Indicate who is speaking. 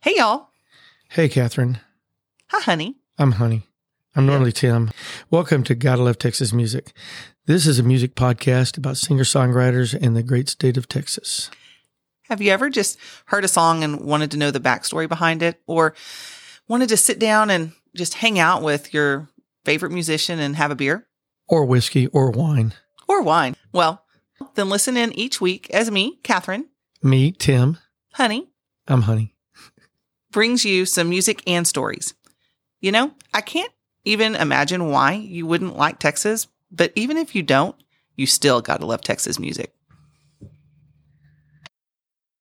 Speaker 1: Hey, y'all.
Speaker 2: Hey, Catherine.
Speaker 1: Hi, honey.
Speaker 2: I'm Honey. I'm normally Tim. Welcome to Gotta Love Texas Music. This is a music podcast about singer songwriters in the great state of Texas.
Speaker 1: Have you ever just heard a song and wanted to know the backstory behind it or wanted to sit down and just hang out with your favorite musician and have a beer
Speaker 2: Or whiskey or wine.
Speaker 1: or wine? Well, then listen in each week as me, Catherine,
Speaker 2: Me, Tim.
Speaker 1: honey,
Speaker 2: I'm Honey.
Speaker 1: brings you some music and stories. You know, I can't even imagine why you wouldn't like Texas, but even if you don't, you still got to love Texas music.